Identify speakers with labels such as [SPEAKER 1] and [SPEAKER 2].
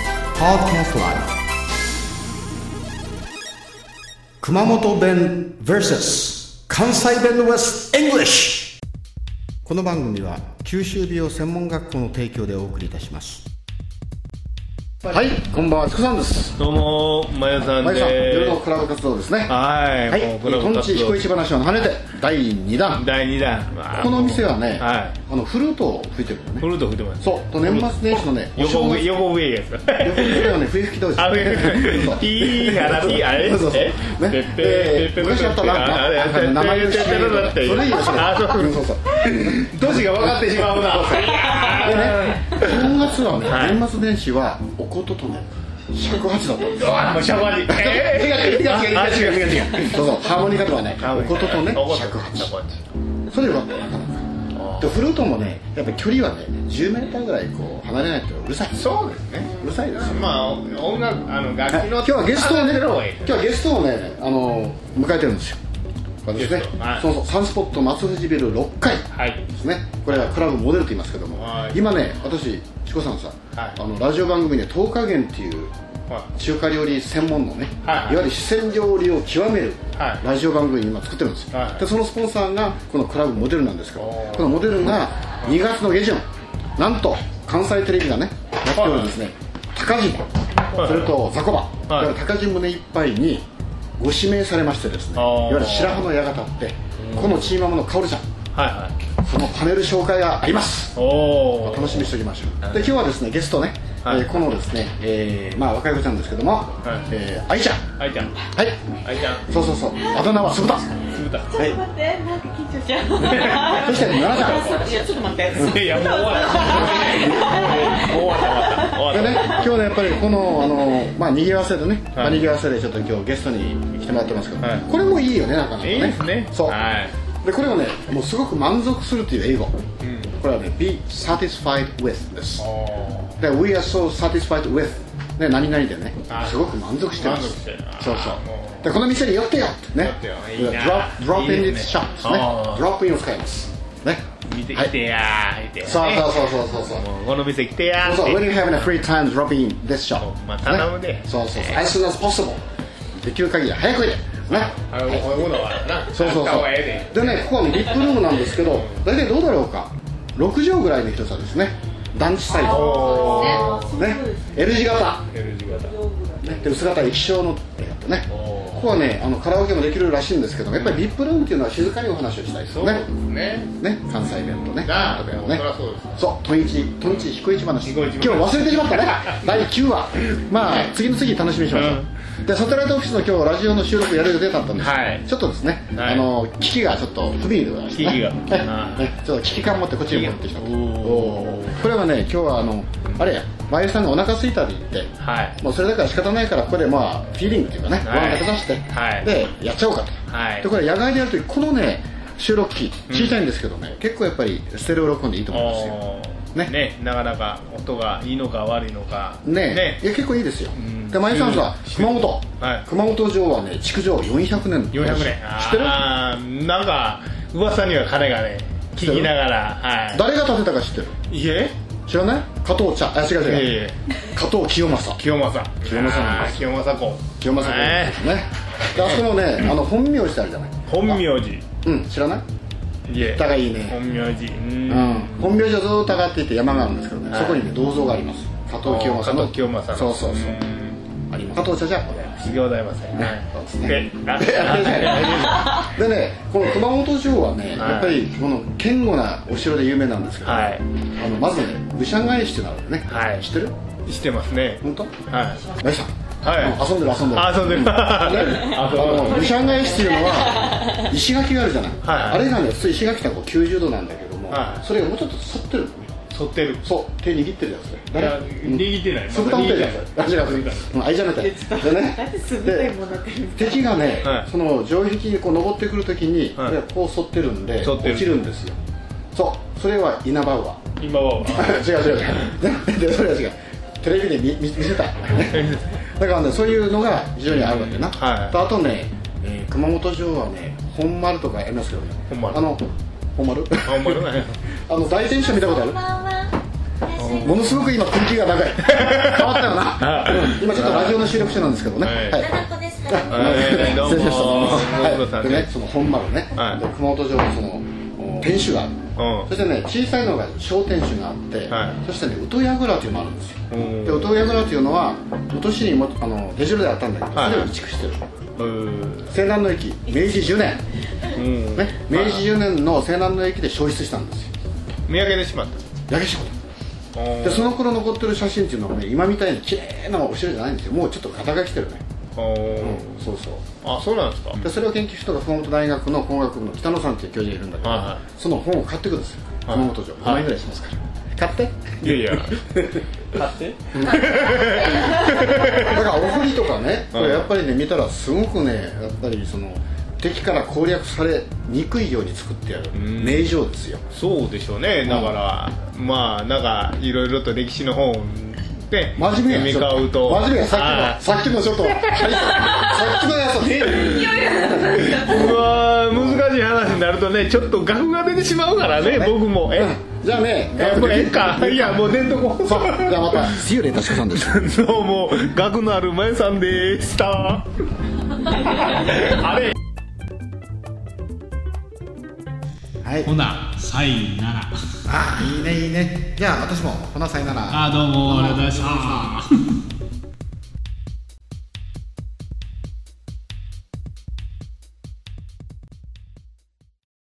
[SPEAKER 1] Podcast Live 熊本弁 vs 関西弁 vs English この番組は九州美容専門学校の提供でお送りいたしますはいこんばんはつくさんです
[SPEAKER 2] どうもまやさん
[SPEAKER 1] まゆさん夜
[SPEAKER 2] で
[SPEAKER 1] の
[SPEAKER 2] す
[SPEAKER 1] クラブ活動ですねは
[SPEAKER 2] はい、
[SPEAKER 1] い
[SPEAKER 2] もう
[SPEAKER 1] 日
[SPEAKER 2] クラブ
[SPEAKER 1] 本
[SPEAKER 2] 活
[SPEAKER 1] 一
[SPEAKER 2] 動
[SPEAKER 1] 彦市話を跳ねて第2弾
[SPEAKER 2] 第2弾わあ
[SPEAKER 1] このお店はね、
[SPEAKER 2] は
[SPEAKER 1] あのフルートを吹いてるの
[SPEAKER 2] い
[SPEAKER 1] ね
[SPEAKER 2] フルート吹いてます
[SPEAKER 1] そうと年末年始のねお
[SPEAKER 2] 横
[SPEAKER 1] 正
[SPEAKER 2] 笛
[SPEAKER 1] 月
[SPEAKER 2] 横笛やつ
[SPEAKER 1] 横にはね、冬吹き同士。
[SPEAKER 2] あ冬吹きピーやらピーあれ
[SPEAKER 1] そうそうそう
[SPEAKER 2] え
[SPEAKER 1] ね
[SPEAKER 2] ペッペ
[SPEAKER 1] で
[SPEAKER 2] ペッペ
[SPEAKER 1] 昔あったなんか、
[SPEAKER 2] あれ
[SPEAKER 1] なんか名前の知らない
[SPEAKER 2] ペッペペペペペペペ
[SPEAKER 1] 古い吉
[SPEAKER 2] あ
[SPEAKER 1] 田。
[SPEAKER 2] そう
[SPEAKER 1] うんそう そう。
[SPEAKER 2] どっちが分かってしまうな
[SPEAKER 1] でね、正月はね、
[SPEAKER 2] はい
[SPEAKER 1] 年末年始は、おこととね、四角八だったんですよ。
[SPEAKER 2] もうシャバにえ
[SPEAKER 1] 違う違う違
[SPEAKER 2] ー
[SPEAKER 1] う違う
[SPEAKER 2] あ違う違う違う
[SPEAKER 1] そうそう、ハーモニカとはね、おこととね、
[SPEAKER 2] おこと
[SPEAKER 1] 尺八。
[SPEAKER 2] こっち
[SPEAKER 1] それはなかなか。で、フルートもね、やっぱ距離はね、10メーターぐらいこう離れないとうるさい。
[SPEAKER 2] そうですね
[SPEAKER 1] うるさいですよ。
[SPEAKER 2] まあ音楽あの楽器
[SPEAKER 1] はい
[SPEAKER 2] の
[SPEAKER 1] 今日はゲストをね、
[SPEAKER 2] の方がいい
[SPEAKER 1] 今日はゲストをね、あの迎えてるんですよ。これですね
[SPEAKER 2] ゲストは。い
[SPEAKER 1] そうそう、サンスポット松藤ビル6階
[SPEAKER 2] はい
[SPEAKER 1] ですね。これはクラブモデルと言いますけども
[SPEAKER 2] は、い
[SPEAKER 1] 今ね、私チコさんさ、
[SPEAKER 2] はい
[SPEAKER 1] あのラジオ番組で東華源っていう
[SPEAKER 2] は
[SPEAKER 1] 中華料理専門のね、
[SPEAKER 2] はい
[SPEAKER 1] いわゆる四川料理を極める
[SPEAKER 2] はい
[SPEAKER 1] ラジオ番組今作ってるんですよ
[SPEAKER 2] は。い
[SPEAKER 1] で、そのスポンサーがこのクラブモデルなんですけど、
[SPEAKER 2] おー
[SPEAKER 1] このモデルが2月の下旬、なんと関西テレビがね、やってるんですね。高木
[SPEAKER 2] はい
[SPEAKER 1] それと雑魚場、い
[SPEAKER 2] はい
[SPEAKER 1] わゆる高地胸いっぱいにご指名されましてですねい
[SPEAKER 2] あー
[SPEAKER 1] わゆる白羽の矢が立ってこのチーママのカオルちゃん
[SPEAKER 2] はいはい
[SPEAKER 1] そのパネル紹介があります
[SPEAKER 2] おお
[SPEAKER 1] 楽しみにしておきましょうで今日はですねゲストね、
[SPEAKER 2] はい
[SPEAKER 1] えーこのですね、えーまあ若い子ちゃんですけども、
[SPEAKER 2] い
[SPEAKER 1] えー愛ちゃん
[SPEAKER 2] あいちゃん
[SPEAKER 1] はい
[SPEAKER 2] あいちゃん
[SPEAKER 1] そうそうそうあだ名は鈴田
[SPEAKER 2] 酢豚
[SPEAKER 1] はい
[SPEAKER 3] 待って、なんか緊張しちゃう。
[SPEAKER 1] そして奈々ちゃん
[SPEAKER 3] いや、ちょっと待って。
[SPEAKER 2] いやもう終わ
[SPEAKER 1] で
[SPEAKER 2] ったもう終わった終わった終わ
[SPEAKER 1] ね
[SPEAKER 2] っ
[SPEAKER 1] 今
[SPEAKER 2] た
[SPEAKER 1] 日ねやっぱりこのあのまあ賑わせでね、まあ
[SPEAKER 2] はい
[SPEAKER 1] 賑わせでちょっと今日ゲストに来てもらってますけど、
[SPEAKER 2] はい
[SPEAKER 1] これもいいよねなかなかね
[SPEAKER 2] いいですね
[SPEAKER 1] そう、
[SPEAKER 2] はい
[SPEAKER 1] でこれはねもうすごく満足するという英語、
[SPEAKER 2] ん
[SPEAKER 1] これはね be satisfied with です
[SPEAKER 2] お
[SPEAKER 1] で we are so satisfied with ね何々でね
[SPEAKER 2] あ
[SPEAKER 1] すごく満足してます
[SPEAKER 2] 満足してるあ
[SPEAKER 1] そうそう
[SPEAKER 2] もう
[SPEAKER 1] でこの店に寄ってよってね
[SPEAKER 2] 寄ってよいいな
[SPEAKER 1] drop, drop
[SPEAKER 2] い
[SPEAKER 1] in
[SPEAKER 2] い
[SPEAKER 1] its
[SPEAKER 2] です
[SPEAKER 1] shop
[SPEAKER 2] ね
[SPEAKER 1] ですね
[SPEAKER 2] あー
[SPEAKER 1] drop in を使いますね
[SPEAKER 2] 見て
[SPEAKER 1] は
[SPEAKER 2] き
[SPEAKER 1] い
[SPEAKER 2] てやー見て
[SPEAKER 1] そうそうそうそうそうそう
[SPEAKER 2] もうこの店来てやー
[SPEAKER 1] そうそう、
[SPEAKER 2] っ
[SPEAKER 1] when
[SPEAKER 2] て
[SPEAKER 1] you have a free time, drop in this shop.
[SPEAKER 2] まあ頼むで
[SPEAKER 1] ねそうそうそう。as soon as possible. できる限り早くおいで。ね。
[SPEAKER 2] あのこういうものはな
[SPEAKER 1] そうそう
[SPEAKER 2] あっ
[SPEAKER 1] そ
[SPEAKER 2] た方
[SPEAKER 1] う
[SPEAKER 2] がえ。
[SPEAKER 1] でね、ここはリップルームなんですけど、大体どうだろうか。6畳ぐらいの広さですね。団地サイ
[SPEAKER 2] えで
[SPEAKER 1] ズ。
[SPEAKER 2] お
[SPEAKER 3] あそう
[SPEAKER 1] ね。L 字型。
[SPEAKER 2] ー L 字型
[SPEAKER 1] ね、で、薄型液晶の絵だったね。
[SPEAKER 2] おー
[SPEAKER 1] ここはね、あのカラオケもできるらしいんですけど、やっぱりリップルームっていうのは静かにお話をしたいです
[SPEAKER 2] そ
[SPEAKER 1] よ
[SPEAKER 2] う
[SPEAKER 1] ね
[SPEAKER 2] で。すね
[SPEAKER 1] ね、関西弁とね。
[SPEAKER 2] なあ
[SPEAKER 1] 関西弁を
[SPEAKER 2] そりゃそうです
[SPEAKER 1] そう、トンイチ、トンイチ彦一話。
[SPEAKER 2] 彦
[SPEAKER 1] 今
[SPEAKER 2] 一
[SPEAKER 1] 日
[SPEAKER 2] 話
[SPEAKER 1] 忘れてしまったね。 第9話。まあ、次の次楽しみにしましょう。で、サテライトオフィスの今日ラジオの収録やる予定だったんですけど
[SPEAKER 2] はい
[SPEAKER 1] ちょっとですね、
[SPEAKER 2] はい
[SPEAKER 1] あの、機器がちょっと不備でございました、ね。
[SPEAKER 2] 機器が
[SPEAKER 1] はい
[SPEAKER 2] はい
[SPEAKER 1] ね、ちょっと機器感持ってこっちに持ってきたと。
[SPEAKER 2] 機器が
[SPEAKER 1] おーこれはね、今日はあの、あれや、まゆさんがお腹空いたって言って、
[SPEAKER 2] はい
[SPEAKER 1] もうそれだから仕方ないからここでまあフィーリングっていうかね、ご
[SPEAKER 2] はい
[SPEAKER 1] 飯食べさせて、
[SPEAKER 2] はい
[SPEAKER 1] でやっちゃおうかと、
[SPEAKER 2] はい
[SPEAKER 1] でこれ野外でやるときこのね収録機小さいんですけどね、結構やっぱりステレオ録音でいいと思いますよ
[SPEAKER 2] お
[SPEAKER 1] ね
[SPEAKER 2] ーねなかなか音がいいのか悪いのか
[SPEAKER 1] ね
[SPEAKER 2] ね
[SPEAKER 1] いや結構いいですよ、
[SPEAKER 2] ん
[SPEAKER 1] でマイさんさ熊本、
[SPEAKER 2] はい
[SPEAKER 1] 熊本城はね築城400年
[SPEAKER 2] 400年
[SPEAKER 1] 知ってる
[SPEAKER 2] あーなんか噂には彼がね聞きながらは
[SPEAKER 1] 誰が建てたか知ってる
[SPEAKER 2] いいえ
[SPEAKER 1] 知らない加藤茶あ違う
[SPEAKER 2] いえい
[SPEAKER 1] 違う、
[SPEAKER 2] え
[SPEAKER 1] 加藤清正
[SPEAKER 2] 清正
[SPEAKER 1] 清正なんです
[SPEAKER 2] あー清正公
[SPEAKER 1] 清正君
[SPEAKER 2] ね
[SPEAKER 1] ですね、であそこのねあの本名字ってあるじゃない
[SPEAKER 2] 本名字
[SPEAKER 1] うん知らない
[SPEAKER 2] いえ
[SPEAKER 1] 疑いいね
[SPEAKER 2] 本名字うん
[SPEAKER 1] うん本名所ずっと上がっていって山があるんですけどね、
[SPEAKER 2] はい
[SPEAKER 1] そこにね銅像があります加藤清正の
[SPEAKER 2] 加藤清正の
[SPEAKER 1] そうそうそう、
[SPEAKER 2] ん
[SPEAKER 1] あります加藤茶じゃございます
[SPEAKER 2] 企業大ません
[SPEAKER 1] ねそうですね
[SPEAKER 2] であ
[SPEAKER 1] でねこの熊本城はね、
[SPEAKER 2] はい
[SPEAKER 1] やっぱりこの堅固なお城で有名なんですけど、
[SPEAKER 2] は
[SPEAKER 1] あのまずね武者返しってなるんだよね、
[SPEAKER 2] はい
[SPEAKER 1] 知ってる
[SPEAKER 2] いしてますね
[SPEAKER 1] 本当
[SPEAKER 2] はい
[SPEAKER 1] 大地さん
[SPEAKER 2] はい
[SPEAKER 1] うん遊んでる遊んでる
[SPEAKER 2] あ遊んでる
[SPEAKER 1] あの武者返しっていうの は石垣があるじゃない、
[SPEAKER 2] はい
[SPEAKER 1] あれがね普通石垣ってこう90度なんだけども、
[SPEAKER 2] はい
[SPEAKER 1] それがもうちょっと反ってるのね
[SPEAKER 2] 剃ってる
[SPEAKER 1] そう手握ってるやつね
[SPEAKER 2] いや握ってない
[SPEAKER 1] 酢豚ってやつあ違う
[SPEAKER 2] まだ握ってない
[SPEAKER 1] うんあれじゃなくてで
[SPEAKER 3] だってす
[SPEAKER 1] ね
[SPEAKER 3] ごい
[SPEAKER 1] で
[SPEAKER 3] ものだってる。
[SPEAKER 1] 敵がね、
[SPEAKER 2] はい
[SPEAKER 1] その城壁にこう登ってくるときに、
[SPEAKER 2] はい
[SPEAKER 1] これはこう反ってるんで
[SPEAKER 2] 反ってる
[SPEAKER 1] 落ちるんですよそうそれは稲葉は
[SPEAKER 2] 今は
[SPEAKER 1] 違う違う違うででそれは違うテレビで見見見せ ただからねそういうのが非常にあるわけな、
[SPEAKER 2] はい
[SPEAKER 1] とあとね、えー熊本城はね本丸とかやりますけどね
[SPEAKER 2] 本丸
[SPEAKER 1] あの本丸
[SPEAKER 2] あお前のね
[SPEAKER 1] あの大天守見たことある
[SPEAKER 3] こんばんは。
[SPEAKER 1] ものすごく今空気が 長い変わったよな、うん今ちょっとラジオの収録中なんですけどね、
[SPEAKER 2] はい
[SPEAKER 1] はい
[SPEAKER 3] なこですから。
[SPEAKER 2] いはいどうも
[SPEAKER 1] 失礼しました
[SPEAKER 2] ご苦労
[SPEAKER 1] は
[SPEAKER 2] さん
[SPEAKER 1] い
[SPEAKER 2] で
[SPEAKER 1] ですねその本丸ね、
[SPEAKER 2] はい
[SPEAKER 1] で熊本城のそのお天守がある、
[SPEAKER 2] うん
[SPEAKER 1] そしてね小さいのが小天守があって、
[SPEAKER 2] はい
[SPEAKER 1] そしてね宇土櫓というのもあるんですよ
[SPEAKER 2] うん
[SPEAKER 1] で宇土櫓というのは宇土市にもあの出城であったんだけど
[SPEAKER 2] はい
[SPEAKER 1] それを移築してる、
[SPEAKER 2] うん
[SPEAKER 1] 西南の駅明治10年、
[SPEAKER 2] うん
[SPEAKER 1] ね、明治10年の西南の駅で消失したんですよ
[SPEAKER 2] 見上げてしまっ
[SPEAKER 1] 焼け仕事
[SPEAKER 2] たうん
[SPEAKER 1] でその頃残ってる写真っていうのはね今みたいに綺麗なお城じゃないんですよもうちょっと肩が来てるね
[SPEAKER 2] うん
[SPEAKER 1] そうそう
[SPEAKER 2] あそうなんですか
[SPEAKER 1] でそれを研究したのが熊本大学の工学部の北野さんっていう教授がいるんだけど、
[SPEAKER 2] はいはい
[SPEAKER 1] その本を買ってくるんですよ、
[SPEAKER 2] はい
[SPEAKER 1] 熊本城5枚ぐらいしますから、買って
[SPEAKER 2] いやいや買って
[SPEAKER 1] だからお堀とかねこ
[SPEAKER 2] は
[SPEAKER 1] れ
[SPEAKER 2] い
[SPEAKER 1] やっぱりね見たらすごくねやっぱりその敵から攻略されにくいように作ってある
[SPEAKER 2] ん
[SPEAKER 1] 名城ですよ
[SPEAKER 2] そうでしょうねだからまあなんかいろいろと歴史の本で
[SPEAKER 1] 真面目や
[SPEAKER 2] 見買うと
[SPEAKER 1] 真面目や
[SPEAKER 2] あ
[SPEAKER 1] さっきのさっきのちょっとはいさっきのやつはね
[SPEAKER 2] うわー難しい話になるとねちょっと額が出てしまうからね僕もえ
[SPEAKER 1] じゃあね
[SPEAKER 2] えもうええかいやもう出んとこ
[SPEAKER 1] そうじゃあまた See you later さんでした
[SPEAKER 2] どうも額のあるまゆさんでしたあれ
[SPEAKER 1] はい
[SPEAKER 4] ほな、さいなら。
[SPEAKER 1] あいいねいいねじゃあ私もこの際なら
[SPEAKER 4] あ、どうも、ありがとうございました。